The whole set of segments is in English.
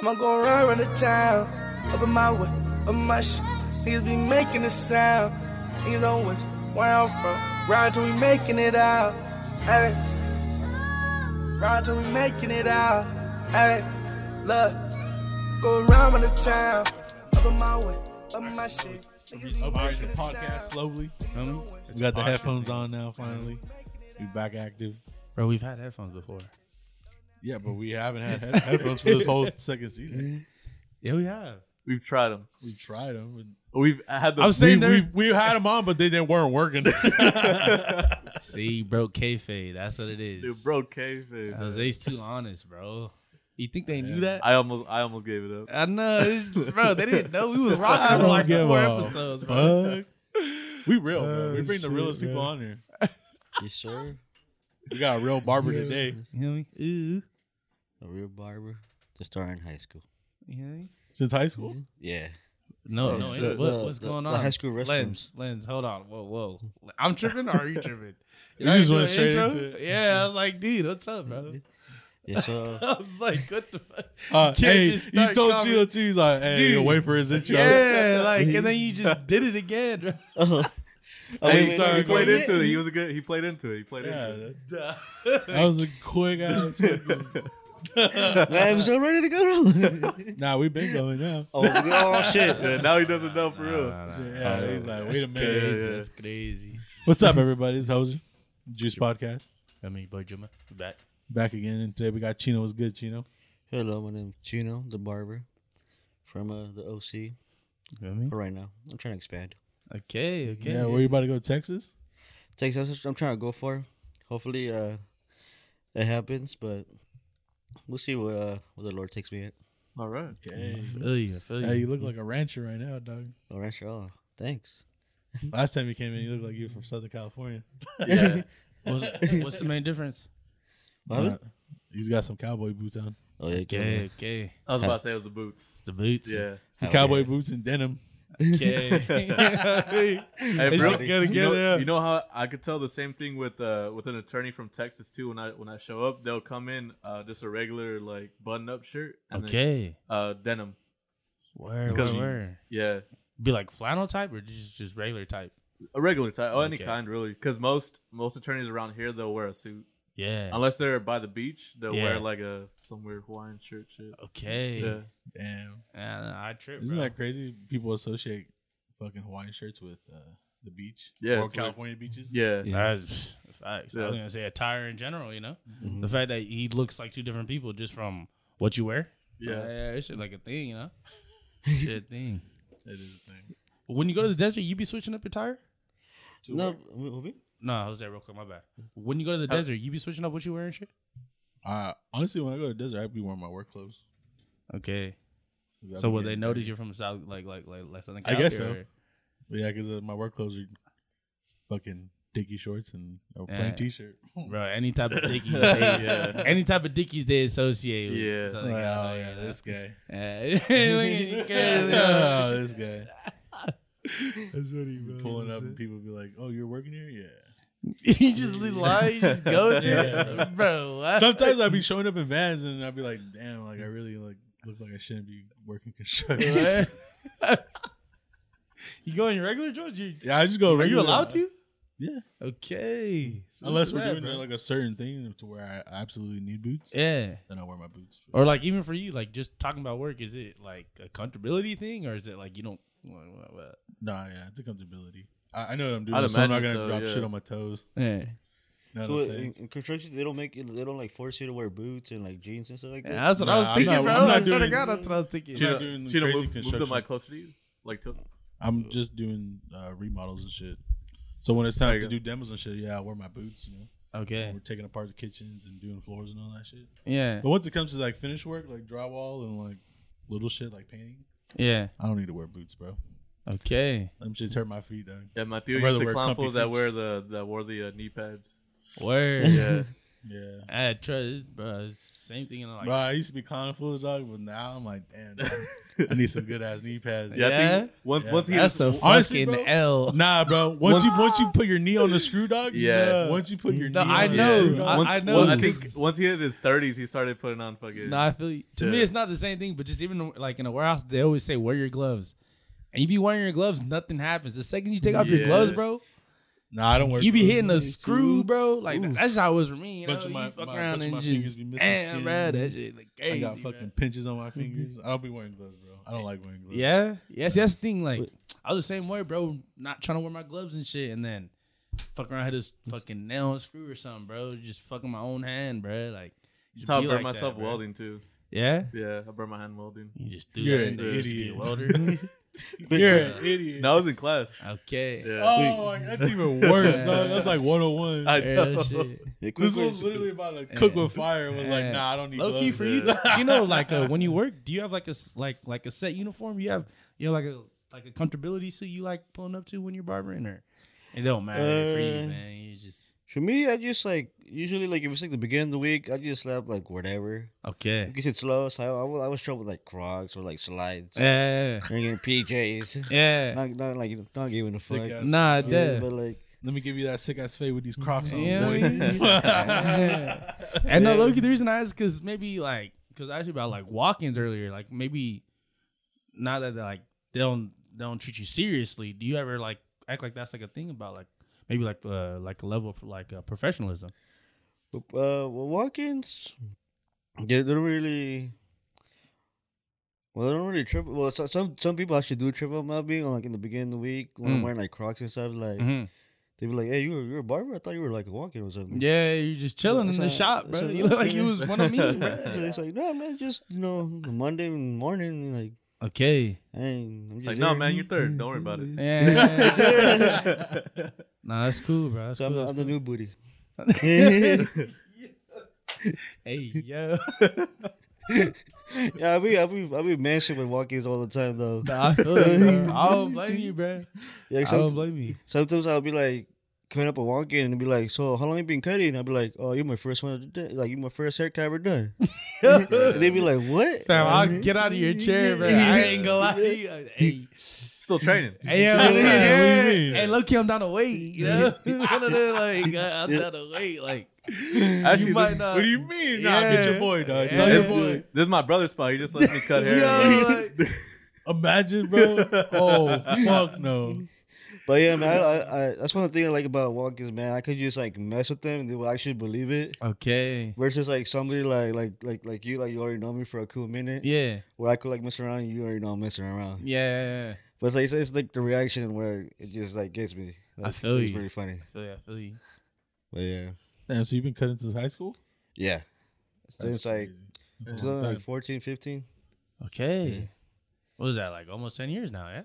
I'ma go run around the town. Up in my way, up in my shit. Niggas be making a sound. Niggas don't wish where I'm from. Ride till we making it out. Hey. Ride till we making it out. Hey. Look. Go around the town. Up in my way, up in my shit. Niggas be Upgrade making the a podcast sound. slowly. feel me? It's We got the auction, headphones man. on now. Finally, we back active, bro. We've had headphones before. Yeah, but we haven't had head- headphones for this whole second season. Oh, Yeah, we have. We've tried them. We tried them. and- We've had the. I'm saying we, we, we we had them on, but they didn't weren't working. See, you broke kayfabe. That's what it is. we- dude, bro, kayfabe. Jose's too honest, bro. You think they knew Yeah. that? I almost, I almost gave it up. I know, it's- bro. They didn't know we was I rocking for don't like give four a episodes, bro. we real, bro. Oh, We bring the shit, realest people man. on here. Yes, sir. We got a real barber Yeah. today. You know me? Ooh. A real barber to start in high school. You know me? Since high school, Yeah. No, Oh, no. shit. ain't- what- The- what's the- going the on? high school Lens, restrooms. lens. Hold on. Whoa, whoa. I'm tripping or are you tripping? You know how just do went an straight intro? into it. Yeah, I was like, dude, what's up, bro? Yes, sir. I was like, what the fuck? uh, Can't hey, just he start told coming- Gino too. He's like, hey, Dude. wait for his intro. Yeah, like, and then you just did it again, bro. oh, Hey, wait, he, sorry, he played wait. into it. He was a good. He played into it. He played Yeah, into it. that- that Duh. was a quick ass. fucking- I'm so ready to go. nah, we been going now. oh, oh, Yeah, shit. now he doesn't know for real. Yeah, he's like, wait a minute. Crazy, Yeah. that's crazy. What's up, everybody? It's Hoser, Juice Podcast, I mean, boy, Juma, we back. back again, and today we got Chino. Was good, Chino. Hello, my name's Gino, the barber from uh, the OC. You know what I mean? For right now, I'm trying to expand. Okay, okay. Yeah, where you about to go, Texas? Texas, that's what I'm trying to go for. Hopefully, uh, it happens, but we'll see where, uh, where the Lord takes me at. All right. Okay. I feel you, I feel you. Hey, you look like a rancher right now, dog. Oh, rancher, oh, thanks. Last time you came in, you looked like you were from Southern California. Yeah. what's, what's the main difference? What happened? Uh, he's got some cowboy boots on. Oh, yeah, Okay, yeah. okay. I was about to say it was the boots. It's the boots. Yeah. It's the Hell cowboy yeah. boots and denim. Okay. Hey, They bro, should get together, you, know, yeah. you know how I could tell the same thing with uh, with an attorney from Texas too. When I when I show up, they'll come in uh, just a regular like button up shirt and then, okay. uh, denim. Where, where, Because- where? Yeah, Be like flannel type or just just regular type? a regular type, oh, any Okay. kind really. Because most most attorneys around here they'll wear a suit Yeah. unless they're by the beach. They'll Yeah. wear like a some weird Hawaiian shirt shit. okay. Yeah, Damn. Man, I trip, Isn't bro. that crazy? People associate fucking Hawaiian shirts with uh, the beach. Or Yeah, it's weird. California beaches. yeah, Yeah. That's facts. I Yeah. was gonna say attire in general, you know, Mhm. the fact that he looks like two different people just from what you wear. yeah. yeah, it's shit like a thing, you know. shit thing. That is a thing. When you go to the desert, you be switching up your tire. No, we- we- No, I was there real quick. My bad. When you go to the Uh, desert, you be switching up what you wear and shit. Uh, honestly, when I go to the desert, I'd be wearing my work clothes. Okay. 'Cause I'd So be will they getting notice dirty. you're from South, like like like like Southern I California? guess so. Yeah, because uh, my work clothes are fucking dicky shorts and a plain Yeah. t-shirt. Bro, any type of dickies, they, Yeah. any type of dickies they associate with Yeah. Like, oh Southern yeah, California. this guy. Yeah. oh, this guy. Pulling up and people be like, "Oh, you're working here? Yeah." you just lie, you just go there, Yeah. bro. what? Sometimes I'd be showing up in vans and I'd be like, "Damn, like I really like look like I shouldn't be working construction." you go in your regular George? You, yeah, I just go. are you regular- allowed to? Yeah. Okay. So Unless look we're at that, doing bro. like a certain thing to where I absolutely need boots, yeah. then I wear my boots. Or like even for you, like just talking about work, is it like a comfortability thing, or is it like you don't? What, what, what? Nah, yeah, it's a comfortability. I, I know what I'm I'd doing, so I'm not imagine gonna so, drop yeah. shit on my toes. Yeah. Know So what I'm in- saying? in construction, they don't make you, they don't like force you to wear boots and like jeans and stuff like that. Yeah, that's what I was Nah, I'm thinking, not- bro. I'm not I swear to doing- God, that's what I was thinking. She- Chino, not doing crazy Chino, move, move the construction. mic closer to you, like to. I'm just doing uh, remodels and shit. So when it's time There you to go. do demos and shit, yeah, I wear my boots. You know, Okay. we're taking apart the kitchens and doing floors and all that shit. Yeah. But once it comes to like finish work, like drywall and like little shit like painting, Yeah. I don't need to wear boots, bro. Okay. Them shits hurt my feet, dog. Yeah, my Matthew I'd used rather to wear clown comfy fools that boots. wear the that wore the uh, knee pads. Word. Yeah, Yeah. I trust, bro. It's the same thing in like. Bro, I used to be clowning fools, dog, but now I'm like, damn, dog, I need some good ass knee pads. Yeah, I think once Yeah. once he that's a gets, Honestly, fucking bro, L. Nah, bro. Once you once you put your knee on the screw, dog. Yeah. Once you put your No, knee, I on know. The screw, dog, I- once, I I know, I think 'cause- once he hit his thirties, he started putting on fucking. No, I feel you. To me, Yeah. it's not the same thing, but just even like in a warehouse, they always say, wear your gloves. And you be wearing your gloves, nothing happens. The second you take off your Yeah. gloves, bro, nah, I don't work. you be with hitting a these screw, dudes. bro. Like, Oof. that's how it was for me. You know, Bunch of my- you fuck my- around bunch of my and fingers just, be missing damn, skin. bro, that shit like I crazy, got fucking pinches on my fingers. I'll be wearing gloves, bro. I don't like wearing gloves. Yeah, yes, that's the thing. Like, I was the same way, bro. Not trying to wear my gloves and shit, and then fuck around, hit this fucking nail and screw or something, bro. Just fucking my own hand, bro. Like, That's just how I be burned like that, myself bro. welding too. Yeah, Yeah, I burned my hand welding. you just threw You're that an in there. just be a idiot. welder. You're an idiot. No, I was in class. okay. Yeah. Oh, like, that's even worse, dog. That's like 101. I Real know. shit. Yeah, quick this words. was literally about to cook with fire. and Was like, Yeah. nah, I don't need Low key gloves. for you, yeah. do you know, like uh, when you work, do you have like a s- like like a set uniform? You have you know like a like a comfortability suit you like pulling up to when you're barbering, or it don't matter for you, Uh, man. You just For me, I just like usually like if it's like the beginning of the week, I just slap like whatever. okay. Because it's low, so I, I, was- I was trouble with like Crocs or like slides. Yeah. Yeah, PJs. yeah. not, not like not giving a fuck. Sick Yeah, ass- Nah, but dude. like Let me give you that sick ass fade with these Crocs on, Yeah. boy. Yeah. And no, Yeah. Loki, the reason I asked because maybe like because I asked you about like walk-ins earlier, like maybe not that they like they don't they don't treat you seriously. Do you ever like act like that's like a thing about like maybe like uh, like a level of like uh, professionalism? uh, well, walk-ins, they don't really. Well, they don't really trip. Well, so, some some people actually do trip up my being like in the beginning of the week when I'm Mm. wearing like Crocs and stuff. Like they be like, "Hey, you were you're a barber? I thought you were like a walk-in or something." Yeah, you're just chilling in So- the so- shop, bro. so- you look like you was one of me, bro. So it's like, no, man, just you know, Monday morning, like, Okay. I ain't, I'm just Like, no, here." man, you're third. Don't worry about it. Yeah. nah, that's cool, bro. That's So I'm, cool. that's the, I'm the cool. new booty. Hey, yo. yeah, I be I be I be messing with walk-ins all the time though. Nah, I feel you, bro. I don't blame you, bro. Yeah, I don't somet- blame you. sometimes I'll be like coming up a walk in and be like, "So how long you been cutting?" I'll be like, "Oh, you're my first one, to do- like you're my first haircut I ever done." and they be like, "What?" Fam, I'll get out of your chair, bro. I ain't gonna lie to you. Hey, Still training. hey, yo, Yeah, what do you yeah. mean? hey, low key, I'm down to wait. You know, one of them like uh, I'm down to wait. Like, Actually, you might this, not. What do you mean? Nah, get your Yeah. boy, dog. Yeah. Tell your this, boy. this is my brother's spot. He just lets me cut hair. Yo, like- like- Imagine, bro. Oh, fuck no. But yeah, man, I, I, I, that's one thing I like about walk-ins, man. I could just like mess with them and they will actually believe it. okay, Versus like somebody like like like like you, like you already know me for a cool minute, yeah, where I could like mess around, and you already know I'm messing around. yeah. But it's like it's, it's like the reaction where it just like gets me. I Like, feel it's you. pretty funny. I feel you. I feel you. But yeah, Damn, so you've been cutting since high school? yeah. Since like That's a long time. 2014, 15. Okay, what was that like? Almost ten years now, yeah.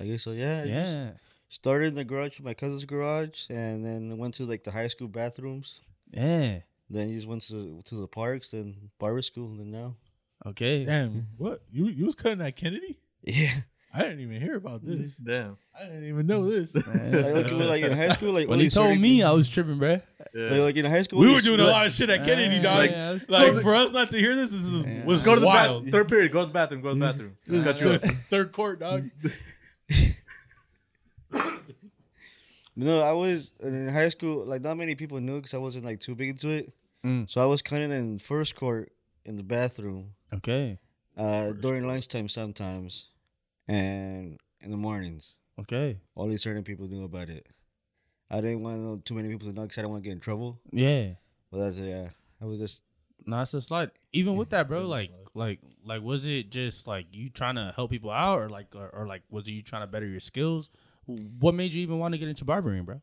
I guess so. Yeah. I just Yeah, started in the garage, my cousin's garage, and then went to like the high school bathrooms. yeah. Then you just went to to the parks, then barber school, and then now. Okay, Damn, what? You you was cutting at Kennedy? Yeah. I didn't even hear about this. Damn. I didn't even know this. Like, like, it was, like, in high school, like Well, only he told 30 me I was tripping, bro. Yeah. Like, like in high school, We only were doing a certain- lot of shit at Kennedy, dog. Yeah, I was- Like for us not to hear this, this is was Go to the wild. bathroom. Third period. Go to the bathroom. Go to the bathroom. Cut you up. Third, third court, dog. No, I was in high school. Like not many people knew because I wasn't like too big into it. Mm. So I was cutting in first court in the bathroom Okay, uh, during lunchtime sometimes, and in the mornings. okay, Only certain people knew about it. I didn't want to know too many people to know because I didn't want to get in trouble. yeah. But that's yeah. I was just No, it's a slide. Even with that, bro, like, like, like, was it just like you trying to help people out, or like, or, or like, was it you trying to better your skills? What made you even want to get into barbering, bro?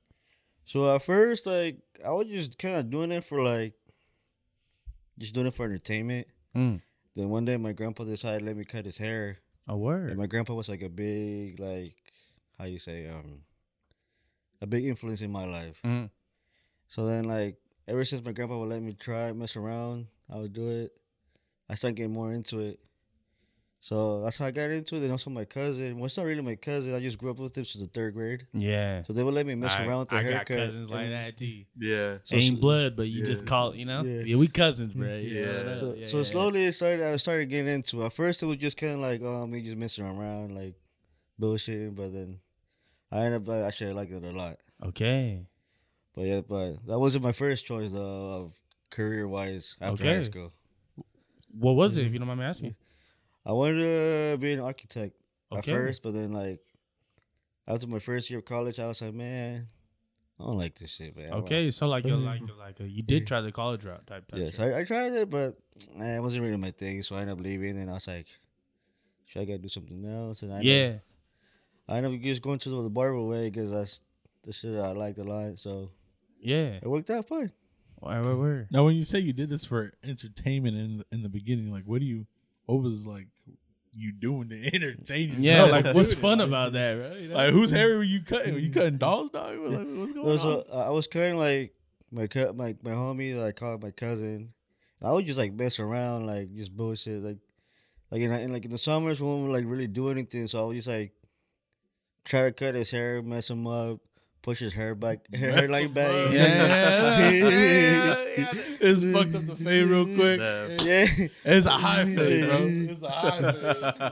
So at first, like I was just kind of doing it for like, just doing it for entertainment. Mm. Then one day, my grandpa decided to let me cut his hair. A And word. my grandpa was like a big, like, how you say, um, a big influence in my life. Mm. So then, like, ever since my grandpa would let me try mess around, I would do it. I started getting more into it. So that's how I got into it. And also my cousin. Well, it's not really my cousin. I just grew up with him since the third grade. Yeah. So they would let me mess I- around with their I haircut. got cousins like and- that too. Yeah. So Ain't s- blood, but you yeah. just call, it, you know. Yeah. Yeah, we cousins, bro. You Yeah. know that. So, Yeah, so yeah, yeah. slowly it started. I started getting into. it. At first, it was just kind of like, oh, me just messing around, like bullshitting. But then, I ended up like, actually I liked it a lot. Okay. But yeah, but that wasn't my first choice though, of career wise after high Okay. school. What was it? If you don't mind me asking. I wanted to be an architect at Okay. first, but then like after my first year of college, I was like, man, I don't like this shit, man. I don't Okay. So like, you're like, you're like, you did try the college route type. type Yes, shit. I, I tried it, but eh, it wasn't really my thing, so I ended up leaving, and I was like, should I gotta do something else? And I ended yeah. up- I ended up just going to the barber way because that's the shit I liked a lot, so Yeah. it worked out fine. Where, where, where? Now, when you say you did this for entertainment in in the beginning, like, what do you, what was like, you doing to entertain yourself? Yeah. Like, doing whose it? fun Like, about that, bro? You know? Like, whose hair were you cutting? Were you cutting dolls, dog? Like, what's going No, on? so I I was cutting like my co- my my homie that I called my cousin. I would just like mess around, like just bullshit, like like in, in like in the summers when we like really do anything. So I would just like try to cut his hair, mess him up, push his hair back, hair like back. up. yeah, yeah, yeah, yeah, yeah, yeah. It's fucked up the fade real quick. Nah. yeah. It's a high fade, bro. It's a high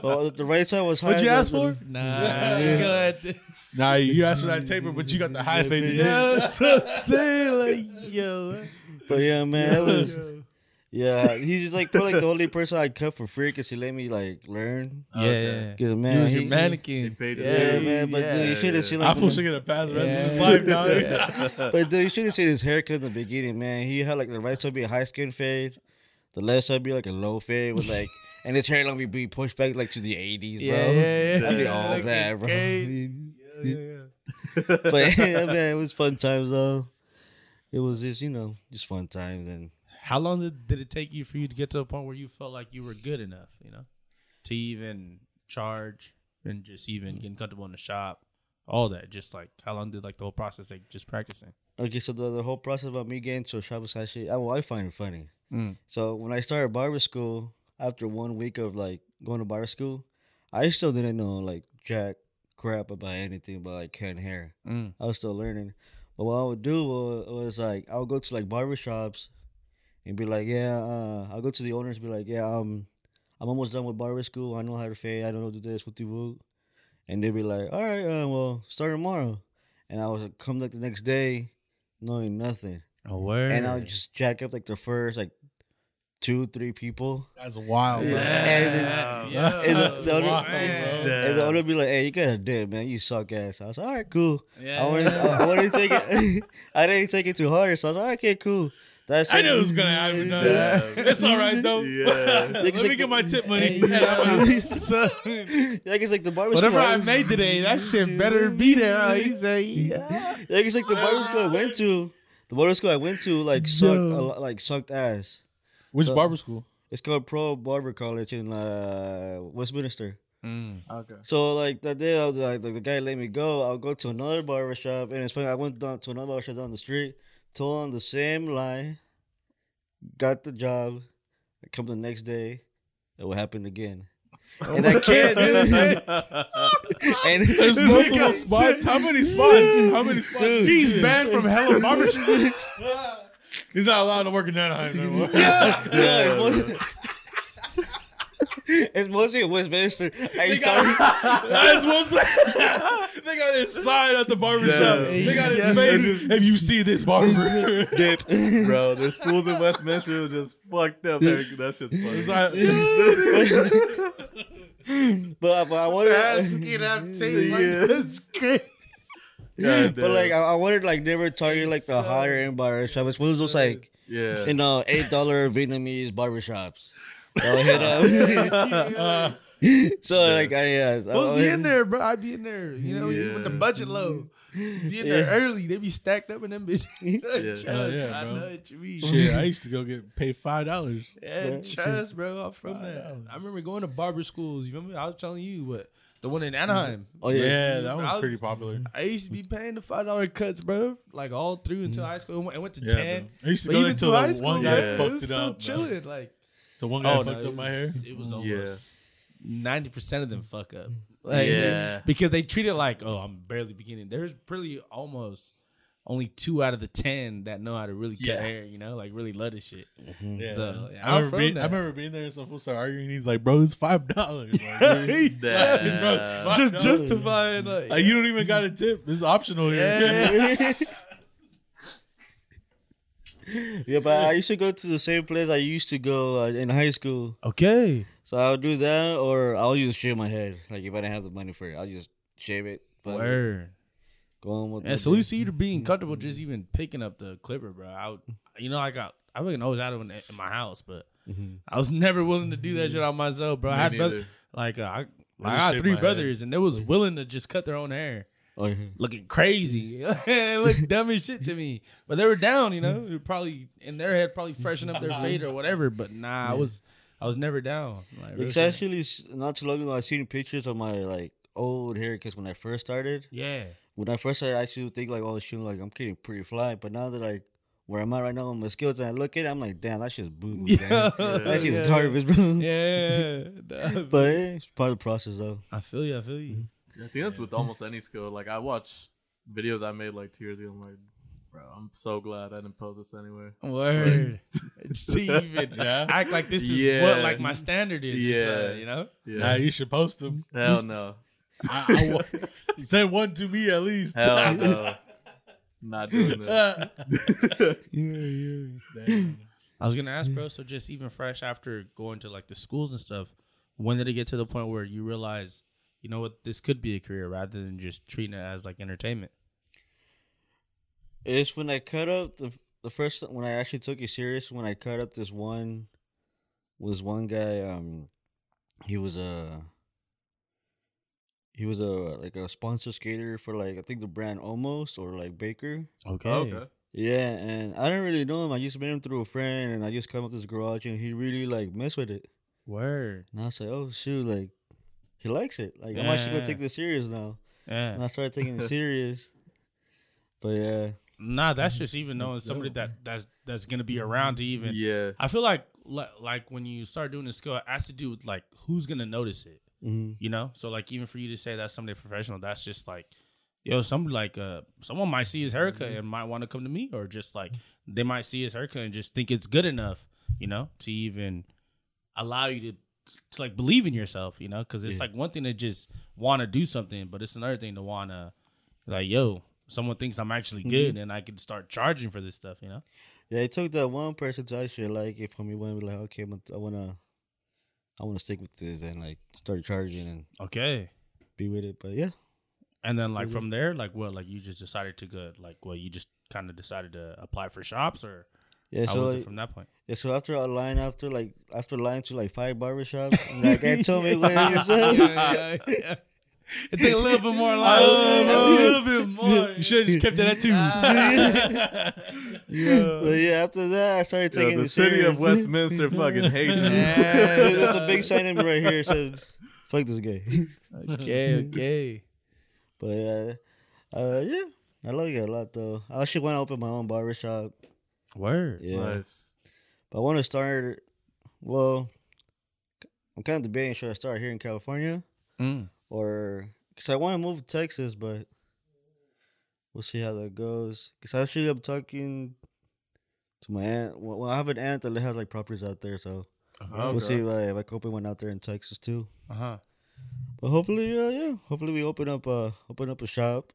fade. Well, the right side was high. What'd you but- ask for? Nah. you got- Nah, you asked for that taper, but you got the high fade. today. Yo, that's what I'm saying. Like, yo. But yeah, man, that was yeah. He's just like probably like the only person I cut for free because he let me like learn. Yeah. Okay. Cause man, He was your he- He mannequin. paid Yeah, it. man. But dude, you should have seen like I when feel the- sick of the past the rest of his Yeah. life, dog. But dude, you should have seen his haircut in the beginning, man. He had like the right side be a high skin fade, the left side be like a low fade with like, and his hair long be- be pushed back like to the eighties, bro. Yeah, yeah, yeah. That'd be Yeah, all like bad, a bro. cave. But yeah, man, it was fun times though. It was just you know just fun times, and How long did, did it take you for you to get to a point where you felt like you were good enough, you know, to even charge and just even getting comfortable in the shop, all that? Just like how long did like the whole process take just practicing? okay. So the, the whole process about me getting to a shop was actually, I, well, I find it funny. Mm. So when I started barber school, after one week of like going to barber school, I still didn't know like jack crap about anything about like cutting hair. Mm. I was still learning. But what I would do was, was like I would go to like barbershops and be like, yeah, uh, I'll go to the owners and be like, yeah, um, I'm almost done with barber school. I know how to fade. I don't know how to do this. What do you And they'd be like, all right, uh, well, start tomorrow. And I was like, come like the next day, knowing nothing. Oh, word. And I would just jack up like the first like two, three people. That's wild. Yeah. bro. And yeah. yeah. and the- That's the other- wild, and- bro. And the owner would be like, hey, you got a dip, man. You suck ass. I was like, all right, cool. Yeah. I wouldn't, I wouldn't take it. I didn't take it too hard, so I was like, okay, cool. That's I knew it was gonna happen. dog. Yeah. It's all right though. Yeah. Let me get my tip money. Yeah. And I'm like, So, Yeah, cause like the barber whatever school, I made today, that shit better be there. huh? He said, yeah. Yeah, cause like the barber school I went to, the barber school I went to, like sucked, a Yo. lot, like sucked ass. Which So- barber school? It's called Pro Barber College in uh, Westminster. Okay. So like that day, I was like, like, the guy let me go. I'll go to another barber shop, and it's funny. I went down to another barber shop down the street, told him the same lie, got the job. I come the next day, it will happen again, Oh and I can't do it. And There's multiple got spots. six. How many spots? How many spots? Dude. He's banned from hella barbershops. He's not allowed to work in Anaheim anymore. Yeah, it's mostly, it's mostly in Westminster. I They started- got, that's what's they got his sign at the barbershop. Yeah. They got his face. If you see this barber, dip. Bro, there's fools in Westminster who just fucked up. That that shit's funny. It's like, but, but I wanted, Yeah. God but like damn. I, I wanted like never target like the higher end barbershop. It's one of those like yeah. you know eight dollar Vietnamese barbershops. They'll hit up. uh, so like I uh, Oh, Supposed to be in there, bro. I'd be in there. You know, Yeah. when the budget low. You Be in Yeah. there early. They be stacked up in them bitches. Trust, Hell yeah, I bro. know what you mean. shit, I used to go get paid five dollars. Yeah, trust, bro. I'm from Five that. dollars. I remember going to barber schools. You remember? I was telling you what the one in Anaheim. Oh Yeah, yeah. that Mm, I one's was- pretty popular. I used to be paying the five dollar cuts, bro. Like all through until high school. I went- I went to Mm. Yeah, ten. bro. I used to But go even until through the high school, one one guy bro, it fucked was it still up. man. chilling. Like, Till one guy no, Oh, fucked it up my hair. was- It was over. Yeah. us. ninety percent of them fuck up. Like, Yeah. because they treat it like, oh, I'm barely beginning. There's really almost only two out of the ten that know how to really cut Yeah. hair. You know, like really love this shit. Yeah. So, yeah, I, remember I'm from being, I that. remember being there and some fool started arguing. He's like, bro, it's five dollars. Like, really? Damn. Bro, it's five Just dollars. justifying. Like, Like, you don't even got a tip. It's optional here. Yeah, but I used to go to the same place I used to go uh, in high school. okay, So I would do that, or I'll just shave my head. Like if I didn't have the money for it, I'll just shave it. But word. go on with And the- salute to you to being comfortable just even picking up the clipper, bro. I, would- you know, I got I fucking always had one in my house, but Mhm. I was never willing to Mm. do that shit on myself, bro. I had brother, neither. like uh, I I, I just had shaved three my head. Mm. brothers, and they was willing to just cut their own hair, Oh, yeah. looking crazy, It looked dumb as shit to me. But they were down, you know, They were probably in their head, probably freshen up their fade or whatever. But nah, I was I was never down. Like, real It's shit. actually s- not too long ago. I seen pictures of my like old haircuts when I first started. yeah, When I first started, I actually would think like, oh shit, like I'm getting pretty fly. But now that like where I'm at right now with my skills, and I look at it, I'm like, damn, that shit's boo boo. yeah, That shit's yeah. garbage, bro. Yeah, Nah, But it's part of the process though. I feel you. I feel you. I think that's with almost any skill. Like I watch videos I made like two years ago. I'm like, bro, I'm so glad I didn't post this anywhere. Word. to even Yeah. act like this is what Yeah. like my standard is. Yeah. Yeah. you know? Yeah. Nah, you should post them. Hell no. I, I wa- send one to me at least. Uh, Hell no. Not doing this. yeah, yeah. Damn. I was gonna ask, bro, so just even fresh after going to like the schools and stuff, when did it get to the point where you realize, you know what, this could be a career rather than just treating it as like entertainment? It's when I cut up the the first when I actually took it serious. When I cut up this one, was one guy. Um, he was a he was a like a sponsor skater for like I think the brand almost or like Baker. Okay. Oh, Okay. Yeah, and I didn't really know him. I just met him through a friend, and I just come up to his garage, and he really like messed with it. Word. And I was like, oh shoot, like he likes it. Like I'm actually Yeah. gonna take this serious now. And Yeah. I started taking it serious. But yeah, Nah, that's just even knowing somebody that that's that's gonna be around to even Yeah. I feel like li- like when you start doing this skill, it has to do with like who's gonna notice it. hmm you know so like even for you to say that's somebody professional that's just like yo some like uh someone might see his haircut and might want to come to me or just like they might see his haircut and just think it's good enough you know to even allow you to, to like believe in yourself you know because it's Yeah. like one thing to just want to do something but it's another thing to want to like yo someone thinks i'm actually good and i can start charging for this stuff you know Yeah, it took that one person to actually like it for me. One be like, okay, I'm gonna- I wanna, I wanna stick with this and like start charging and okay be with it. But yeah, and then like Mhm. from there like what like you just decided to go like well you just kind of decided to apply for shops or yeah. how So was it like, from that point yeah, so after a line, after like after line to like five barbershops, and that guy told me where he was at. yeah, yeah. It took a little bit more light. A little bit more. You should have just kept it at two. But yeah, after that, I started Yo, taking the it city serious. of Westminster fucking hates me. Yeah, There's a big sign in right here said, "Fuck this guy." Okay, okay. but yeah, uh, yeah, I love it a lot though. I actually want to open my own barbershop. Word. Yeah. Nice. But I want to start. Well, I'm kind of debating should I start here in California Mm. or because I want to move to Texas, but we'll see how that goes. Because actually, I'm talking to my aunt. Well, well, I have an aunt that has like properties out there, so we'll Okay. see if I, if I can open one out there in Texas too. Uh huh. But hopefully, uh, yeah, hopefully we open up uh open up a shop,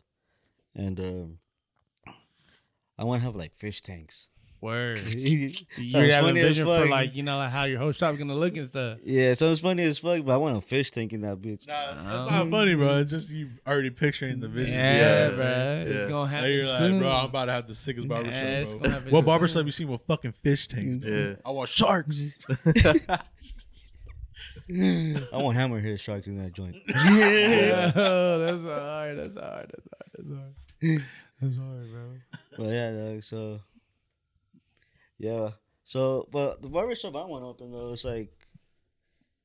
and um, I want to have like fish tanks. Word. You Sounds have a funny as vision for fuck. like you know like how your whole shop gonna look and stuff. Yeah, so it's funny as fuck, but I want a fish tank in that bitch. Nah, that's Mm-hmm. not funny, bro. It's just you already picturing the vision. Yeah, Yeah. bro. Yeah. It's gonna Now happen you're like, soon. bro, I'm about to have the sickest barbershop. Yeah, it's bro. gonna happen What soon. barbershop you seen with fucking fish tanks? dude? Yeah. I want sharks. I want hammerhead sharks in that joint. Yeah. Oh, that's hard. That's hard. That's hard. That's hard. That's hard, bro. But yeah, dog, so yeah, so but the barbershop I want to open though, it's like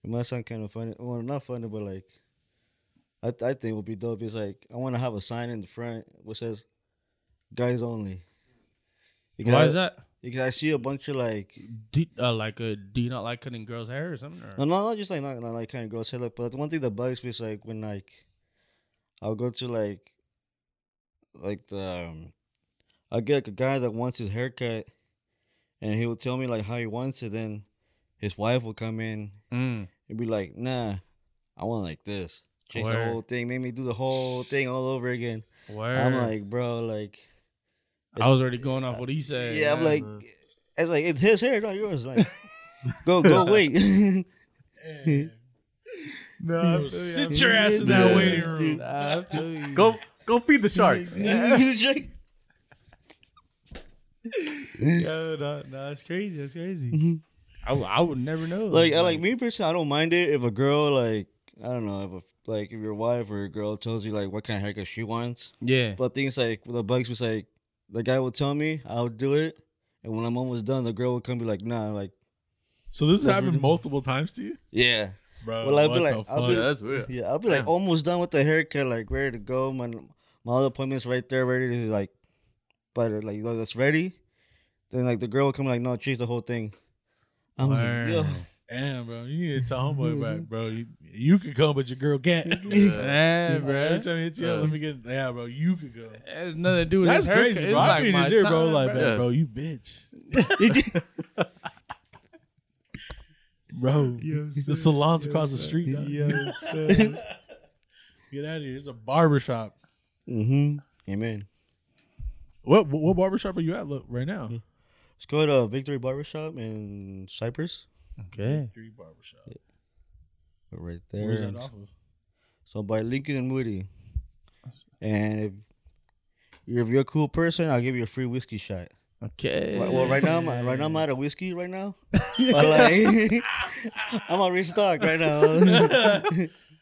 it might sound kind of funny. Well, not funny, but like I I think it would be dope. It's like I want to have a sign in the front which says "Guys Only." Why is that? Because I see a bunch of like Do, uh, like, uh, do you not like cutting girls' hair or something? Or? No, no, not just like not, not like kind of gross hair, like, but the one thing that bugs me is like when like I'll go to like like the um, I get like a guy that wants his haircut, and he will tell me like how he wants it. Then his wife will come in Mm. and be like, "Nah, I want it like this." Change the Word. whole thing, made me do the whole thing all over again. Where? I'm like, bro, like I was already going off what he said. yeah, I'm man. like, man. it's like it's his hair, not yours. Like, go, go, wait. no, sit your ass in that Yeah. waiting room. Go go feed the sharks. Yo, no, no, it's crazy. It's crazy. I, w- I would never know. Mm-hmm. like I Mm-hmm. like me personally, I don't mind it if a girl like I don't know if a, like if your wife or a girl tells you like what kind of haircut she wants. yeah. But things like the bugs was like the guy would tell me I'll do it, and when I'm almost done, the girl would come be like, nah, like So this has That's happened ridiculous. multiple times to you, yeah, bro. Well, I'd be what like- the I'll be Yeah, fuck? that's weird. yeah. I'll be like Damn. almost done with the haircut, like ready to go. My my other appointment's right there, ready to like, but uh, like like, that's ready. Then like the girl would come like, no, change the whole thing. I'm Word. like, yo. Damn, bro, you need to tell homeboy, bro, bro. You, you could come, but your girl can't. Yeah. Yeah, Every bro. time he hits you, up, Yeah. let me get. Yeah, bro, you could go. It's nothing to do with That's his haircut. crazy, It's bro. I like mean, my it's your time, bro, like, bro. bro, bro, you bitch, bro. the salon's across the street. dog. Get out of here. It's a barber shop. mm-hmm. Amen. What what barber shop are you at look, right now? Let's go to Victory Barbershop in Cypress. Okay. Three barber shop. We're Right there. Where's that And- off of? So by Lincoln and Moody. And if you're, if you're a cool person, I'll give you a free whiskey shot. Okay. Well, well, right now, I'm, right now I'm out of whiskey. Right now, but like, I'm on restock right now.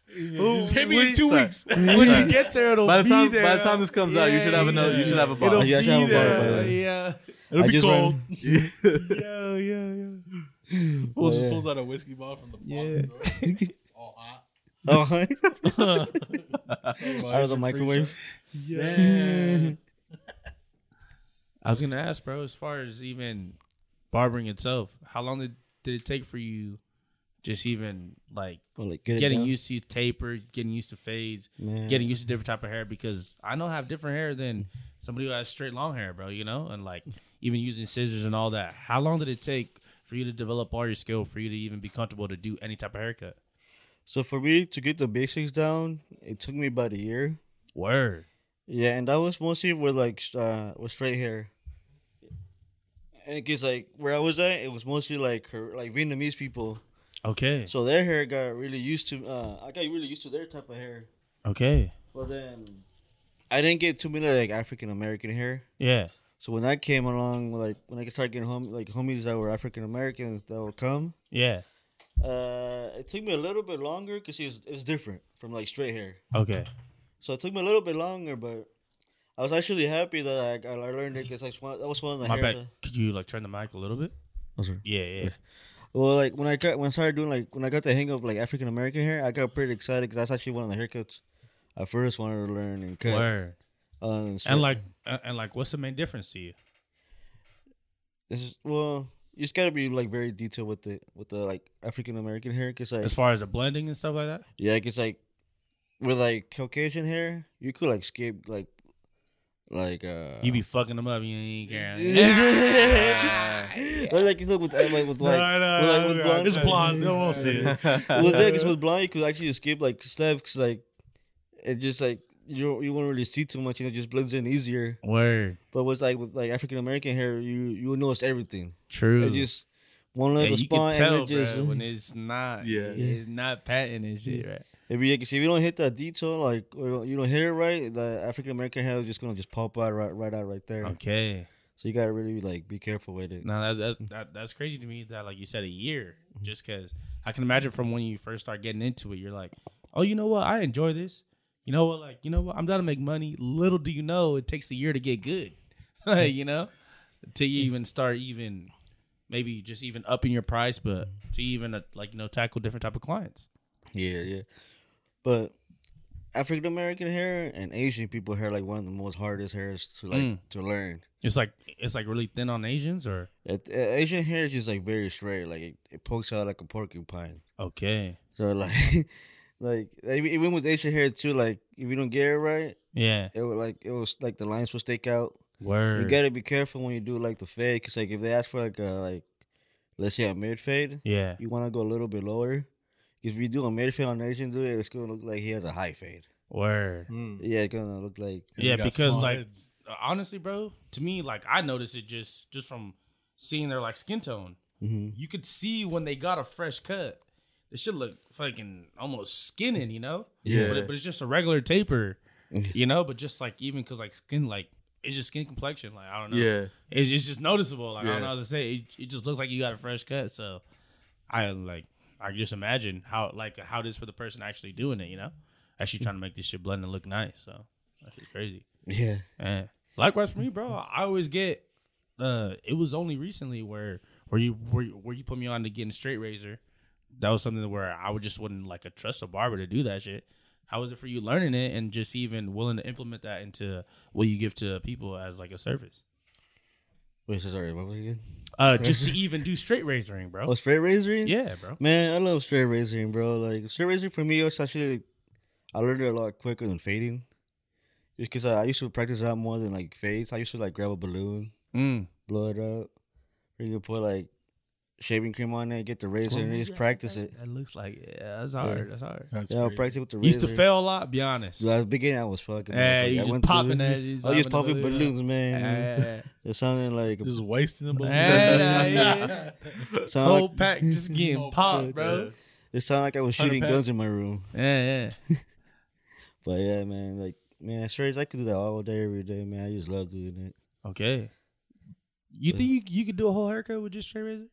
Hit me in two Sorry. weeks. when you get there, it'll By the be time there. by the time this comes out, you should have another. You should have a It'll bottle. Yeah, I should be have a bottle by there. then. Yeah. It'll I be just cold. ran- Yeah, yeah, yeah. Fool just yeah. pulls out a whiskey bottle from the Yeah. bottom. Yeah. All hot. Oh, huh? Well, out here's of the your free microwave. shot. Yeah. I was gonna ask, bro, as far as even barbering itself, how long did, did it take for you just even like Well, like, get it getting down. used to taper, getting used to fades, Man. getting used to different type of hair? Because I know I have different hair than somebody who has straight long hair, bro, you know? And like even using scissors and all that. How long did it take for you to develop all your skill, for you to even be comfortable to do any type of haircut? So for me to get the basics down, it took me about a year. Word. Yeah, and that was mostly with like sh- uh with straight hair. And cause like where I was at, it was mostly like Kor- like Vietnamese people, Okay. so their hair got really used to. Uh, I got really used to their type of hair. Okay. But then I didn't get too many like African American hair. Yeah. So when I came along, like when I started getting home, like homies that were African Americans that would come, Yeah. uh, it took me a little bit longer because it's it's different from like straight hair. Okay. So it took me a little bit longer, but I was actually happy that I, I learned it because that was one of the My hairs. bad. Could you like turn the mic a little bit? Yeah, yeah. Well, like when I got when I started doing like when I got the hang of like African American hair, I got pretty excited because that's actually one of the haircuts I first wanted to learn and cut. Word. Uh, And like, uh, and like, what's the main difference to you? it's just, well, you just gotta be like very detailed with the with the like African American hair because like As far as the blending and stuff like that? yeah, it's like with like Caucasian hair, you could like skip like like uh You be fucking them up. You ain't care. But, like you look with uh, like with like, with, like, with blonde It's blonde. No one won't see it. well, yeah, because with blind, you could actually escape like steps, like it just like you don't- you won't really see too much, you know, it just blends in easier. Word. But with like with like African American hair, you you will notice everything. True. It just one yeah, little you can spot, tell, and it just bro, when it's not. Yeah. It's not patent and shit, right? if you if you don't hit that detail, like or you don't- you don't hit it right, the African American hair is just gonna just pop out right right out right there. Okay. So you gotta really like be careful with it. No, that's that's that, that's crazy to me that like you said a year, just because I can imagine from when you first start getting into it, you're like, oh, you know what, I enjoy this. You know what, like you know what, I'm trying to make money. Little do you know, it takes a year to get good. Like, you know, to even start even maybe just even upping your price, but to even uh, like you know tackle different type of clients. Yeah, yeah. But African American hair and Asian people hair like one of the most hardest hairs to like Mm. to learn. It's like it's like really thin on Asians or It, uh, Asian hair is just like very straight, like it, it pokes out like a porcupine. okay. So like, like ev- even with Asian hair too, like if you don't get it right, Yeah. it would like it was like the lines will stick out. Word. You gotta be careful when you do like the fade, cause like if they ask for like a like, let's say a mid fade, yeah. you want to go a little bit lower. Cause if you do a mid fade on an Asian dude, it's gonna look like he has a high fade. Word. Mm. Yeah, it's gonna look like Yeah, got because, small like- heads. honestly, bro, to me, like I noticed it just just from seeing their like skin tone. Mhm. You could see when they got a fresh cut. It should look fucking almost skinning, you know. Yeah. Mm. But, it- but it's just a regular taper, Yeah. you know. But just like even because like skin, like it's just skin complexion. Like I don't know. Yeah. It's, it's just noticeable. Like I Yeah. don't know how to say. It, it just looks like you got a fresh cut. So I like I can just imagine how like how it is for the person actually doing it. You know, actually trying to make this shit blend and look nice. So that's just crazy. yeah. Yeah. Likewise for me, bro. I always get. Uh, it was only recently where where you where, you- where you put me on to getting a straight razor. That was something where I would just wouldn't like a trust a barber to do that shit. How was it for you learning it and just even willing to implement that into what you give to people as like a service? Wait, so sorry, what was it again? Uh, just to even do straight razoring, Oh, bro. straight razoring. Yeah, bro. Man, I love straight razoring, bro. Like straight razoring for me, it's actually like, I learned it a lot quicker than fading, because I, I used to practice that more than like fades. I used to like grab a balloon, Mm. blow it up, or you could put like shaving cream on it, get the razor, and just practice it. That looks like yeah, that's hard, hard. That's hard. That's yeah, I'll crazy. practice with the razor. Used to fail a lot. Be honest. Yeah, at the beginning, I was fucking. Hey, like, you I just went through popping this- that. you I was just popping the popping balloon. balloons, man. Yeah. It sounded like Just wasting the balloon. Yeah, yeah, it whole sounded like, pack just getting Whole popped, pack, bro. it sounded like I was 100 shooting guns in my room. Yeah, But yeah, man, like man, straight, I could do that all day, every day, man. I just love doing it. yeah. Okay. You So- think you, you could do a whole haircut with just straight razor?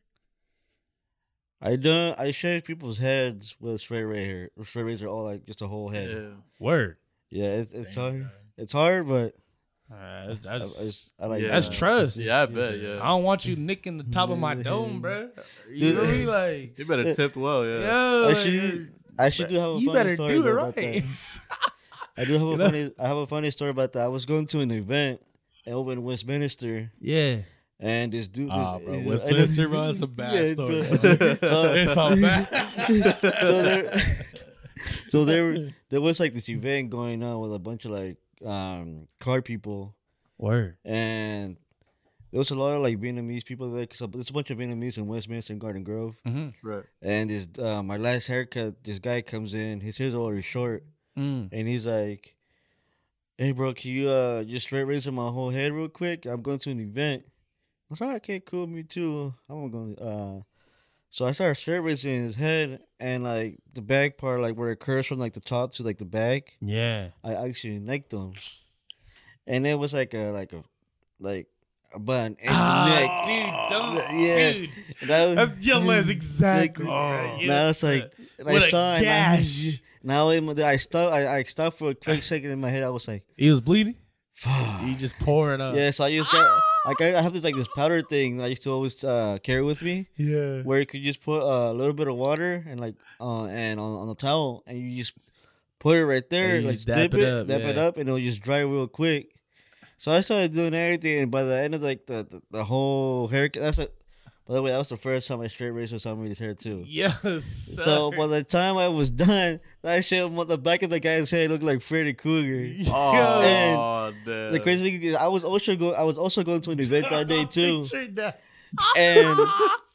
I done. I shaved people's heads with straight razor. Straight razor, all like just a whole head. Yeah. Word. Yeah, it's it's Damn, hard. guy. It's hard, but Uh, I, I, that's just- I like. Yeah. that's that. trust. Yeah, I bet. Yeah. I don't want you nicking the top of my dome, bro. You Dude. know me, like, You better tip well. Yeah. yo, I like, should- I actually do have a you funny better story do it though, about right. that. I do have a You know? funny. I have a funny story about that. I was going to an event over in Westminster, yeah, and this dude. Ah, this- bro, this- Westminster, bro, that's a bad story, bro. bro. So- It's all bad. so there, so there, there was like this event going on with a bunch of like um car people, word. and there was a lot of like Vietnamese people there. Cause there's a bunch of Vietnamese in Westminster and Garden Grove. Mm-hmm. Right. And this uh, my last haircut, this guy comes in. His hair's already short, Mm. and he's like, "Hey, bro, can you uh just straight razor my whole head real quick? I'm going to an event." I was like, "Oh, "Okay, cool, me too. I'm going." to Uh, so I started straight razoring his head, and like the back part, like where it curves from like the top to like the back, Yeah, I actually necked them, and it was like a like a like about an inch neck. Ah, dude, don't, Yeah. dude. And I was- That's jealous, exactly. Like, right. You- now it's like, and I what a saw it, and I- gash. Now I, I stopped. I, I stopped for a quick second in my head. I was like, He was bleeding. "Fuck." He just uh, pouring up. Yeah, so I just got like I I have this like this powder thing that I used to always uh, carry with me, yeah. where you could just put uh, a little bit of water and like uh, and on, on a towel, and you just put it right there, you like just dap dip it it, up, dap it yeah. up, and it'll just dry real quick. So I started doing everything, and by the end of like the the, the whole haircut, that's like, by the way, that was the first time I straight razor somebody's hair too. Yes. So by the time I was done, that shit on the back of the guy's head looked like Freddy Krueger. Oh, damn. The crazy thing is, I was also going. I was also going to an event that day too. Picture that. And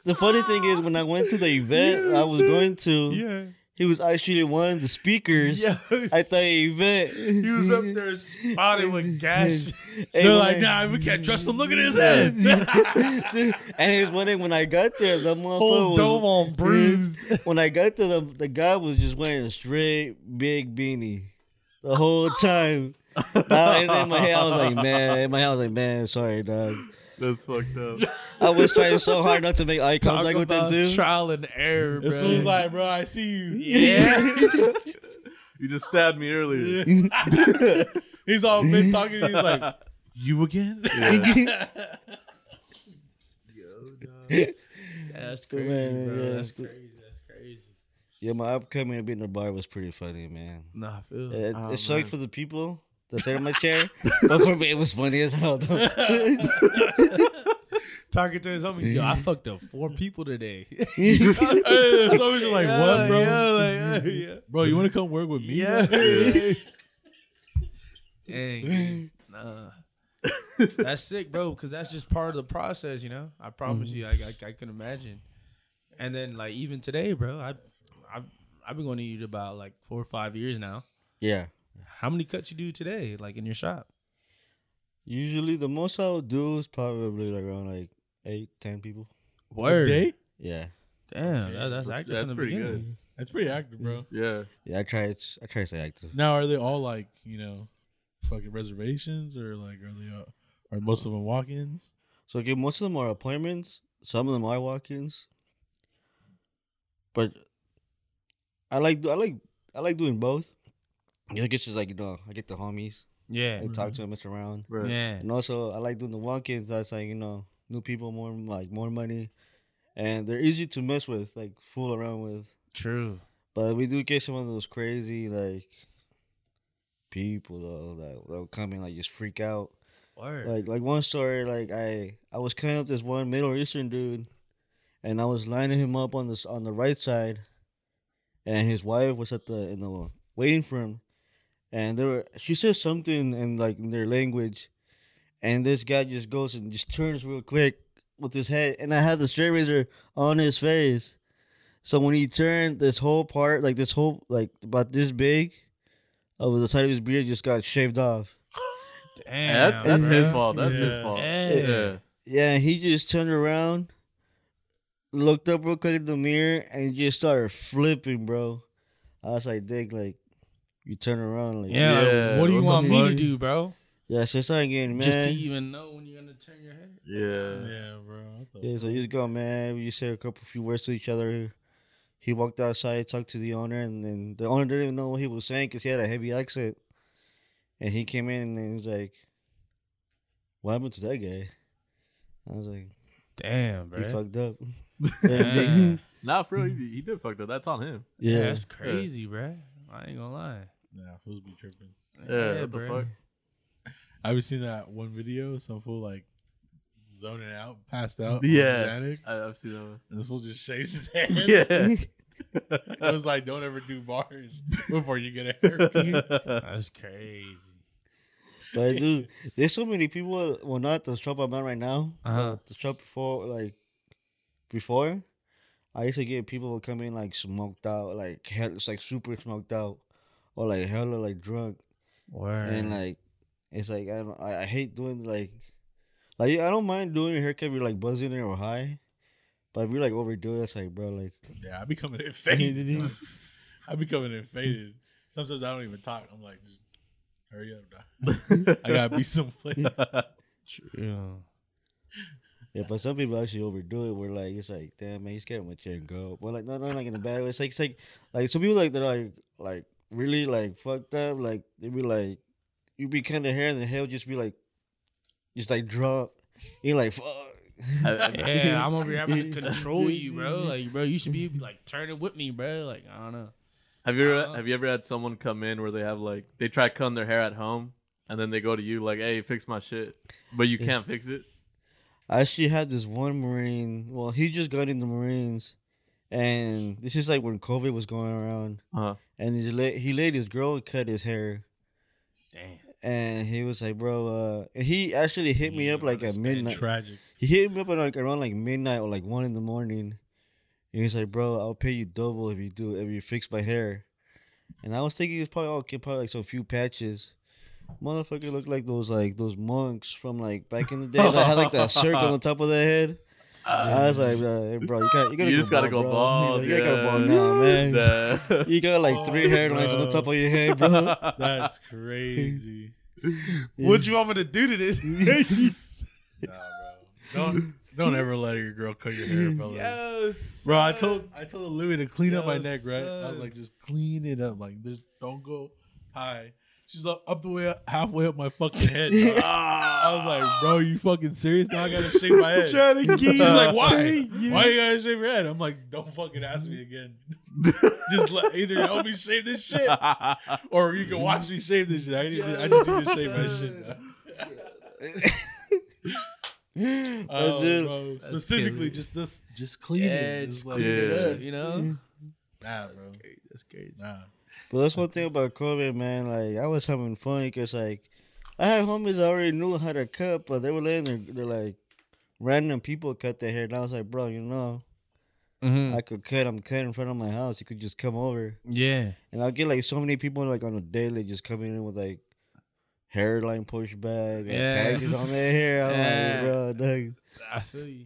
the funny thing is, when I went to the event I was going to, Yeah. he was actually one of the speakers at the event. He was up there spotting with gas. when They're like, I- nah, we can't trust him. Look at his head. and he's wondering when I got there, the Whole motherfucker dome was, on bruised. when I got there, the, the guy was just wearing a straight big beanie the whole time. Now, and in my head, I was like, man, in my head, I was like, man, sorry, dog. That's fucked up. I was trying so hard not to make eye Talk contact with them about dude. trial and error, bro. This was like, bro, I see you. yeah. You just stabbed me earlier. He's all been talking. He's like, you again? Yeah. That's Man, yeah. crazy. That's crazy. Yeah, my upcoming to be in the bar was pretty funny, man. Nah, I feel It, it. it Oh, it sucked man. for the people that sat in my chair, but for me it was funny as hell. Though. Talking to his homies, yo, I fucked up four people today. Hey, it's always like what, bro? Yeah, like, yeah. Bro, you want to come work with me? Yeah. bro? Dang, dude. nah. that's sick, bro. Because that's just part of the process, you know. I promise you, I, I I can imagine. And then like even today, bro, I I I've been going to eat about like four or five years now. yeah. How many cuts you do today, like in your shop? Usually the most I'll do is probably like around like eight, ten people. Word, Day? Yeah. damn, Okay. that, that's That's- active. that's from the pretty beginning. good. That's pretty active, bro. Yeah. Yeah, I try it's I try to stay active. Now, are they all like you know, fucking reservations, or like are they all, are most of them walk-ins? So again, most of them are appointments. Some of them are walk-ins. But I like I like I like doing both. You know, I get just like you know, I get the homies. Yeah, Mm-hmm. I talk to them, it's around. Right. yeah. And also, I like doing the walk-ins. That's like you know, new people, more like more money, and they're easy to mess with, like fool around with. True. But we do get some of those crazy like people though that that will come and like just freak out. Word. Like like one story, like I I was cutting up this one Middle Eastern dude, and I was lining him up on this on the right side, and his wife was at the in the waiting for him, and there were she said something in like in their language, and this guy just goes and just turns real quick with his head, and I had the straight razor on his face, so when he turned, this whole part like this whole like about this big, of the side of his beard just got shaved off. damn, Yeah, that's that's bro. his fault. That's his Yeah. fault. Yeah. Yeah, and he just turned around, looked up real quick in the mirror, and just started flipping, bro. I was like, "Dick, like, you turn around, like, Yeah, like, Yeah, what do you what want the me to fuck? do, bro? yeah." So I started getting mad. Just to even know when you're gonna turn your head. Yeah. Yeah, bro. I thought- yeah, so he just got mad. We just said a couple few words to each other. He walked outside, talked to the owner, and then the owner didn't even know what he was saying because he had a heavy accent. And he came in and he was like, "What happened to that guy?" I was like, Damn, bro. "He fucked up." Yeah. Nah, for real, he, he did fucked up. That's on him. Yeah, yeah. that's crazy, bruh. I ain't gonna lie. Nah, fools be tripping. Yeah, what the bruh. fuck? I've seen that one video. Some fool like zoning out, passed out. on Yeah. Uh, Xanax, I, I've seen that one. and this fool just shaves his head. I was like, don't ever do bars before you get a haircut. Yeah. That's crazy. But dude, there's so many people. Well, not the shop I'm at right now. Uh-huh. but The shop before, like before, I used to get people would come in like smoked out, like hell, it's like super smoked out, or like hella like drunk, Word. and like it's like I don't, I, I hate doing like, like I don't mind doing your haircut if you're like buzzing it or high, but if you're like overdoing, it, it's like bro, like Yeah, I be coming in faded. I be coming in faded. Sometimes I don't even talk. I'm like, just hurry up, dog. I gotta be someplace. True. yeah. But some people actually overdo it. Where like it's like damn man, you scared of my chair and go. But like no, no, like in a bad way. It's like it's like like some people like they're like like really like fucked up. Like they be like you be kind of hair and the hair would just be like just like drop. You like fuck. Yeah, I'm over here having to control you, bro. Like, bro, you should be like turning with me, bro. Like, I don't know. Have you Uh-huh. ever have you ever had someone come in where they have like they try to comb their hair at home and then they go to you like, hey, fix my shit, but you can't fix it. I actually had this one Marine. Well, he just got in the Marines, and this is like when COVID was going around. Uh-huh. And he let he let his girl cut his hair. Damn. And he was like, bro, uh, and he actually hit me up like at midnight. Tragic. He hit me up at like around like midnight or like one in the morning. And he's like, "Bro, I'll pay you double if you do if you fix my hair." And I was thinking it's probably okay, probably like some few patches. Motherfucker looked like those like those monks from like back in the day. that had like that circle on the top of their head. I was like, "Bro, hey, bro you got you, gotta You just gotta go bald. bro." He's like, you gotta go bald yeah. Oh, now, man. Nah. You got like three hairlines on the bro. top of your head, bro." That's crazy. What you want me to do to this? Nah, bro. Don't don't ever let your girl cut your hair, fellas. yes. Bro, I told I told Louis to clean up my Yo, neck, right? I was son. like, just clean it up. Like, just don't go high. She's up, up the way up, halfway up my fucking head. dog. Ah, I was like, bro, you fucking serious? Now I gotta shake my head. Trying to She's like, why? Why you gotta shave your head? I'm like, don't fucking ask me again. just let, either help me shave this shit, or you can watch me shave this shit. I, need to, I just need to shave my shit. dog. Oh, dude. bro. Specifically, killing. just this, just clean it. Just like, clean it yeah. up. you know. Nah, bro. That's great. Nah. But that's one thing about COVID, man. Like I was having fun because like I had homies that already knew how to cut, but they were letting their, their like random people cut their hair. And I was like, bro, you know, Hmm. Mm-hmm. I could cut. I'm cut in front of my house. You could just come over, Yeah. and I'll get like so many people like on a daily just coming in with like hairline pushed back, like, Yeah. patches on their hair. I'm Yeah. like, bro, dog. I feel you.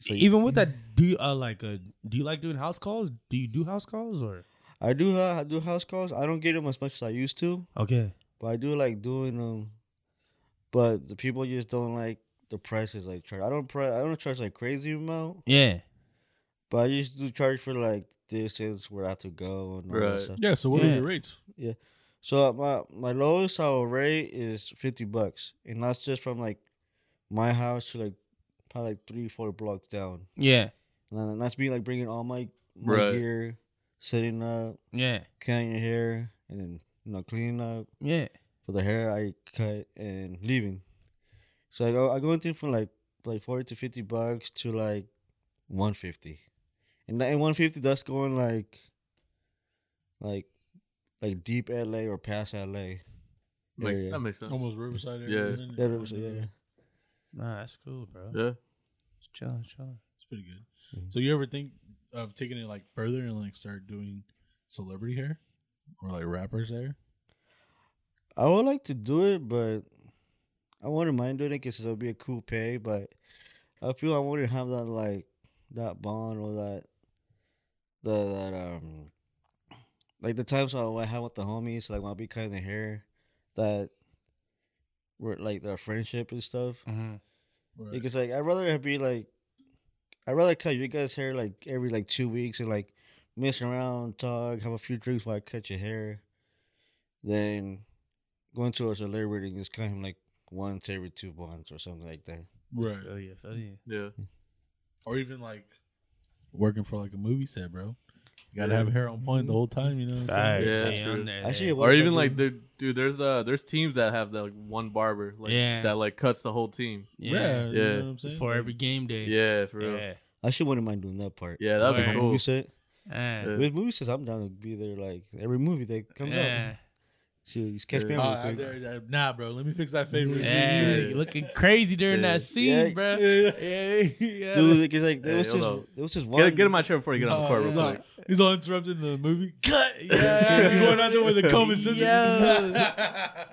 So you- Even with that, do you uh, like uh, do you like doing house calls? Do you do house calls or I do ha- I do house calls. I don't get them as much as I used to. okay? But I do like doing them. But the people just don't like the prices like charge. I don't pri- I don't charge like crazy amount, Yeah. but I just do charge for like distance where I have to go and all Right. that stuff. Yeah. So what Yeah. are your rates? So uh, my my lowest hour rate is fifty bucks, and that's just from like my house to like probably like three four blocks down, Yeah. and then that's me like bringing all my my Right. gear, setting up, Yeah. cutting your hair, and then you know cleaning up. Yeah. for the hair I cut and leaving. So I go I go into from like like forty to fifty bucks to like one fifty, and that- and one fifty that's going like like like deep LA or past LA. Makes, area. That makes sense. Almost Riverside. Yeah. area, isn't it? Yeah, that was- yeah. Nah, that's cool, bro. Yeah. It's chilling, chilling. It's pretty good. Mhm. So you ever think of taking it like further and like start doing celebrity hair or like rappers hair? I would like to do it, but I wouldn't mind doing it because it'll be a cool pay. But I feel I wouldn't have that like that bond or that the that um like the times I would have with the homies, like when I be cutting the hair, that were like their friendship and stuff. Right. Because like I'd rather it be like I'd rather cut your guys' hair like every like two weeks and like mess around, talk, have a few drinks while I cut your hair, than going to a celebrity and just cut him like once every two months or something like that. right. Feel you, feel you. Yeah. Or even like working for like a movie set, bro. You gotta Yeah. have hair on point the whole time, you know what I'm Facts. saying? Yeah, that's They true. on there, I they- should- Or even like the dude, there's uh there's teams that have that like one barber, like Yeah. that like cuts the whole team. Yeah, yeah. you know Yeah. what I'm saying? For every game day. Yeah, for real. Yeah, Yeah. I should wouldn't mind doing that part. that'd Right. be Like, cool. Movie set. Ah, Yeah. With movie sets, I'm down to be there like every movie that comes out. yeah. Shoot, just catch me Oh, out I- real quick. I- I- nah, bro. Let me fix that fade. with Yeah, you. you looking crazy during Yeah. that scene, Yeah. bro. Yeah. Yeah, yeah. Dude, because like there Hey, was just hold up. there was just one. Get, get in my chair before you get on the Oh, court real he's, quick. all, he's all interrupting the movie. cut. Yeah, Yeah, you going out there with a comb and scissors. Yeah.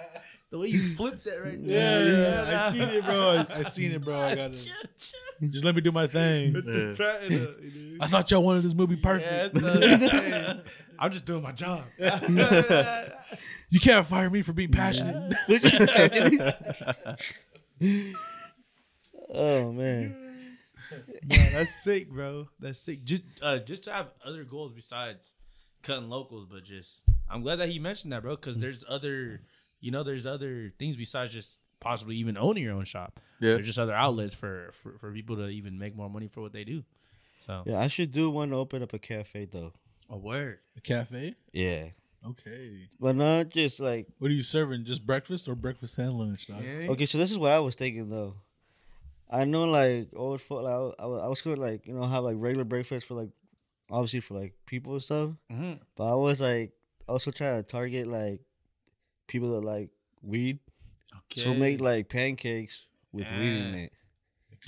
the way you flipped that right Yeah, there. yeah, I seen it, bro. I, I seen it, bro. I got it. Just let me do my thing. Yeah. I thought y'all wanted this movie perfect. I'm just doing my job. you can't fire me for being passionate. Oh man, that's sick, bro. That's sick. Just uh, just to have other goals besides cutting locals, but just I'm glad that he mentioned that, bro, because there's other you know there's other things besides just possibly even owning your own shop. Yeah. There's just other outlets for, for for people to even make more money for what they do. So yeah, I should do one to open up a cafe though. a word. A cafe? Yeah, Okay. but not just like What are you serving? Just breakfast or breakfast and lunch, dog? Okay, so this is what I was thinking though. I know like old folk, like, I, wa- I wa- I was gonna like you know have like regular breakfast for like obviously for like people and stuff, Mhm. but I was like also trying to target like people that like weed, Okay. so make like pancakes with weed in Yeah. it,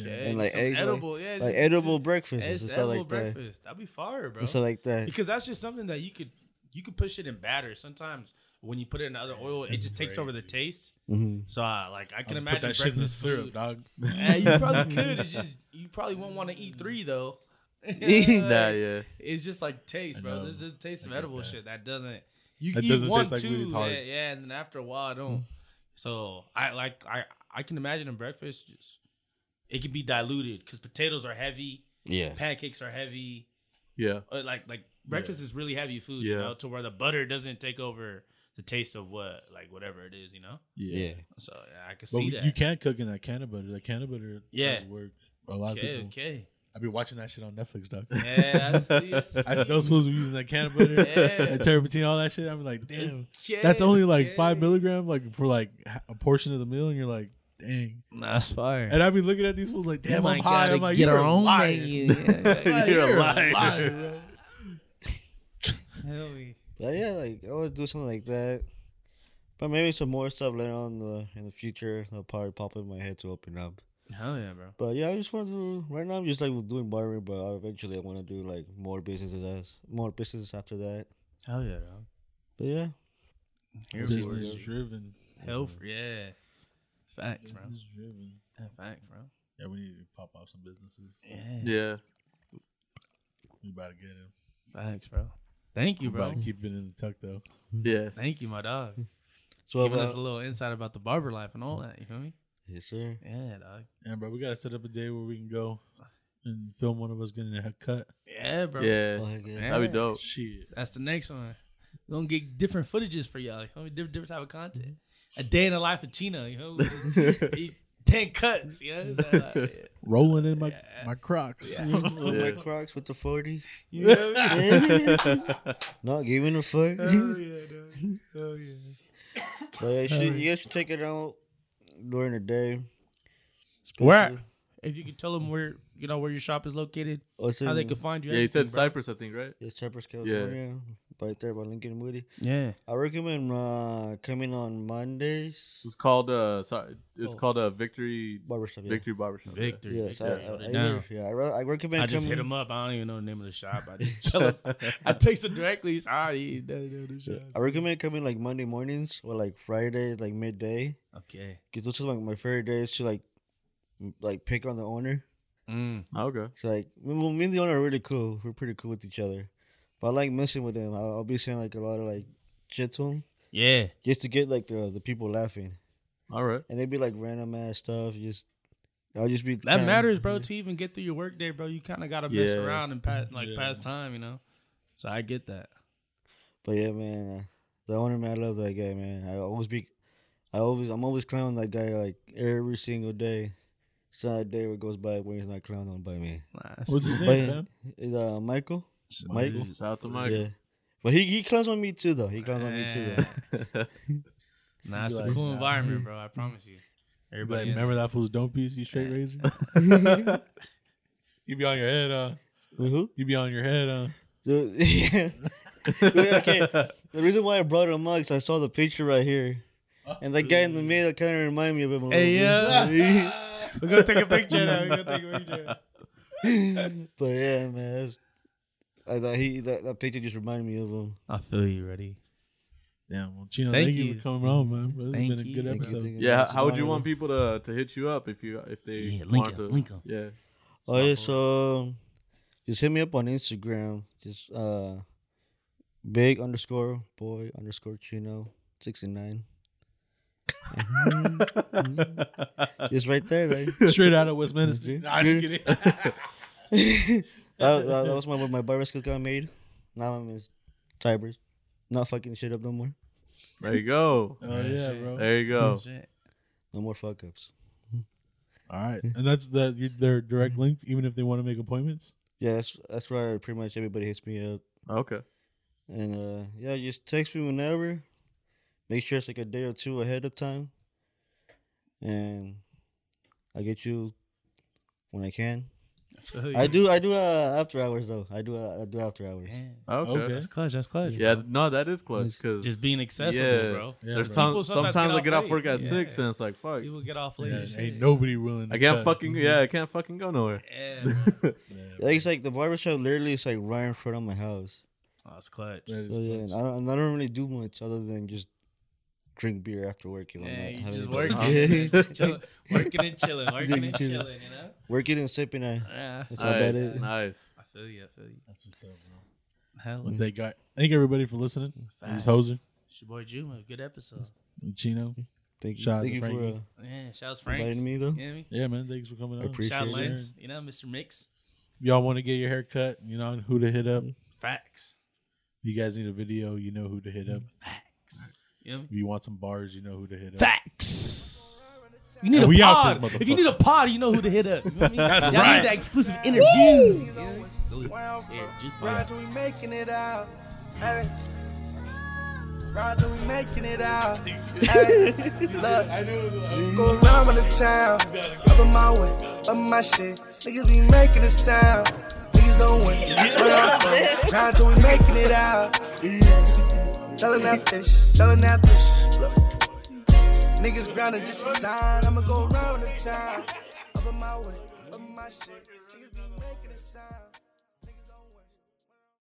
Okay, and, like, some eggs, like- edible, yeah, like just- edible just- breakfast and it's stuff edible like that, breakfast. That'd be fire, bro. and stuff like that. because that's just something that you could you could put shit in batter. Sometimes when you put it in other oil, it just takes over the taste. hmm So uh, like I can I'ma imagine put that shit in the breakfast syrup, food- dog. Yeah, you probably could. It's just you probably won't want to eat three though. Nah, yeah. It's just like taste, I bro. know. There's the taste of I get edible that. shit that doesn't. You That can eat doesn't one, taste like weed, two, it's hard. yeah, yeah, and then after a while, I don't. So I like I I can imagine in breakfast just it can be diluted because potatoes are heavy, Yeah, pancakes are heavy, Yeah. or like like Uh, breakfast is really heavy food, you Yeah. know, to where the butter doesn't take over the taste of what like whatever it is, you know. Yeah. So yeah, I can But see that. you can cook in that can of butter. That can of butter Yeah. does work. for A lot of Okay, people. okay. I've been watching that shit on Netflix, dog. Yeah, I see. I see. I see those fools were using that can of butter Yeah. and terpentine, all that shit. I'm like, damn, Okay, that's only like five okay. milligram, like for like h- a portion of the meal, and you're like, dang. Nah, That's fire. And I'd be looking at these fools like, damn, We I'm might high. gotta I'm like, Oh get you're our a own liar. menu. Yeah, yeah. Like, You're a liar. bro. Hell yeah. But yeah, like I would do something like that. But maybe some more stuff later on in the, in the future. That'll probably pop in my head to open up. Hell yeah, bro. But yeah, I just want to. Right now, I'm just like doing barbering, but I- eventually I want to do like more businesses as more business after that. Hell yeah, bro. But yeah, Here we Business go. driven. Hell for yeah. Facts, bro. Business driven. Yeah, Facts, bro. Yeah, we need to pop off some businesses. Yeah. Yeah. We about to get him. Facts, bro. Thank you, We bro. about to keep it in the tuck though. Yeah. Thank you, my dog. so Giving us about, a little insight about the barber life and all that. You feel me? yes, sir. Yeah, dog. And bro, we gotta set up a day where we can go and film one of us getting a haircut. Yeah, bro. Oh, Yeah. heck yeah. Man. That'd be dope. Shit. That's the next one. We're gonna get different footages for y'all. You feel me? Different, different type of content. A day in the life of Chino. You know, ten cuts. You know, So, like, yeah. Rolling in my Yeah. my Crocs. Yeah. With Yeah. my Crocs with the forty, You know what I mean? not giving a fuck. Hell yeah, dog. Hell yeah. but yeah, you, should, you guys should take it out during the day. Where? Especially- If you could tell them where you know where your shop is located, Oh, it's how they in- could find you. Yeah, you said everything, bro. Cypress, I think, right? It's Cypress, California, right there by Lincoln and Moody. Yeah. I recommend uh, coming on Mondays. It's called uh sorry it's Oh. called a Victory Barbershop, yeah. Victory Barbershop. yeah. Victor. Yes, Victor, I, I, wrote I, it down. either- uh, yeah, I, re- I recommend. I just coming, hit him up. I don't even know the name of the shop. I just tell him. I text him directly. "Ah, Sorry. Yeah, I recommend coming like Monday mornings or like Friday, like midday, Okay. because those are like my favorite days to like, m- like pick on the owner. Mm. Ah, Okay. It's like me, well, me and the owner are really cool. We're pretty cool with each other, but I like messing with them. I'll, I'll be saying like a lot of like shit to him Yeah. just to get like the the people laughing, All right. and they'd be like random ass stuff. Just I'll just be That kinda- matters, bro. To even get through your work day, bro, you kind of got to mess Yeah. around and pass, like Yeah. pass time, you know. So I get that. But yeah, man, uh, the owner man, I love that guy, man. I always be, I always, I'm always clowning that guy like every single day. It's not a day that goes by when he's not clowned on by me. Nice. What's his But name, man? is uh Michael? Michael? Shout out to Michael. Yeah, but he he clowns on me too though. He clowns on me too. Though. Nah, it's a Like, cool nah. environment, bro. I promise you. Like, Everybody, remember that fool's don't piece, you straight Yeah. razor? you be on your head, uh. Who? You be on your head, uh. So, yeah. okay. The reason why I brought him up is I saw the picture right here, and that guy in the middle kind of reminded me of him. a Hey, little bit. we're gonna take a picture. now. We're gonna take a picture. but yeah, man. that's- I thought he that, that picture just reminded me of him. I feel you, ready? Damn, well, Chino, Thank thank, you. you. for coming on, man. This Thank has been a you. good Thank you, episode. thank Yeah, you, man. how, It's how an would you honor. want people to to hit you up if you if they Yeah, link wanted up, to link up. yeah Oh yeah, so just hit me up on Instagram. Just uh, big underscore boy underscore chino sixty nine. Just right there, right? Straight out of Westminster. Mhm. nah, I'm just kidding. that, that, that was my my barber skill got made. Now I'm in Tibers. Not fucking shit up no more. there you go oh yeah, bro. there you go Shit. No more fuck ups. All right, and that's the you- their direct link. Even if they want to make appointments, Yeah, that's that's where pretty much everybody hits me up. okay And uh yeah, just text me whenever. Make sure it's like a day or two ahead of time. And I get you when I can. I feel you. I do I do uh after hours though. I do uh, I do after hours. Man, okay, Okay. that's clutch. That's clutch. yeah bro. no that is clutch because Just being accessible, yeah. bro. Yeah, there's bro. People times sometimes, sometimes get I get off off work late. at Yeah. six and it's like fuck People get off late. yeah, as shit. ain't nobody willing. To I can't cut. Mm-hmm. fucking Mm-hmm. yeah I can't fucking go nowhere Yeah, bro. yeah Yeah, Like it's like the barbershop literally is like right in front of my house. oh, it's clutch. that is So, yeah, clutch. and I don't and I don't really do much other than just drink beer after work. If Yeah, I'm not you having just to- working, just Yeah. chilling, working and chilling, working and Chilling. chilling, you know. working and sipping. I, Yeah, that's how bad nice it. nice I feel you. I feel you. That's what's up, bro. Hell, What they got. Thank everybody for listening. This is Facts. Hoser, it's your boy Juma. Good episode. Chino. Thank you, Shout out thank to you for Frankie. uh, Yeah, shouts Frank. inviting me though. You know what I mean? Yeah, man. Thanks for coming I on. appreciate Shout it. Lance. You know, Mr. Mix. Y'all want to get your hair cut? You know who to hit up. Facts. You guys need a video. You know who to hit up. Facts. You know? If you want some bars, you know who to hit up. Facts. You need And a we out pod. this If you need a pod, you know who to hit up. You know what I mean? That's Y'all right. need that exclusive interviews. Woo! You know? Salute. Round Yeah, for just fine. round till we making it out. Ay. Round till we making it out. Ay. Look. I knew it was- I was- Go around with the town, up in my way, up my shit. Niggas be making a sound, niggas don't win. Where I'm from, round till we making it out. Selling that fish, selling that fish. Look. Niggas grounded just a sign. I'ma go around with the town, up in my way, up my shit. Niggas be making a sound.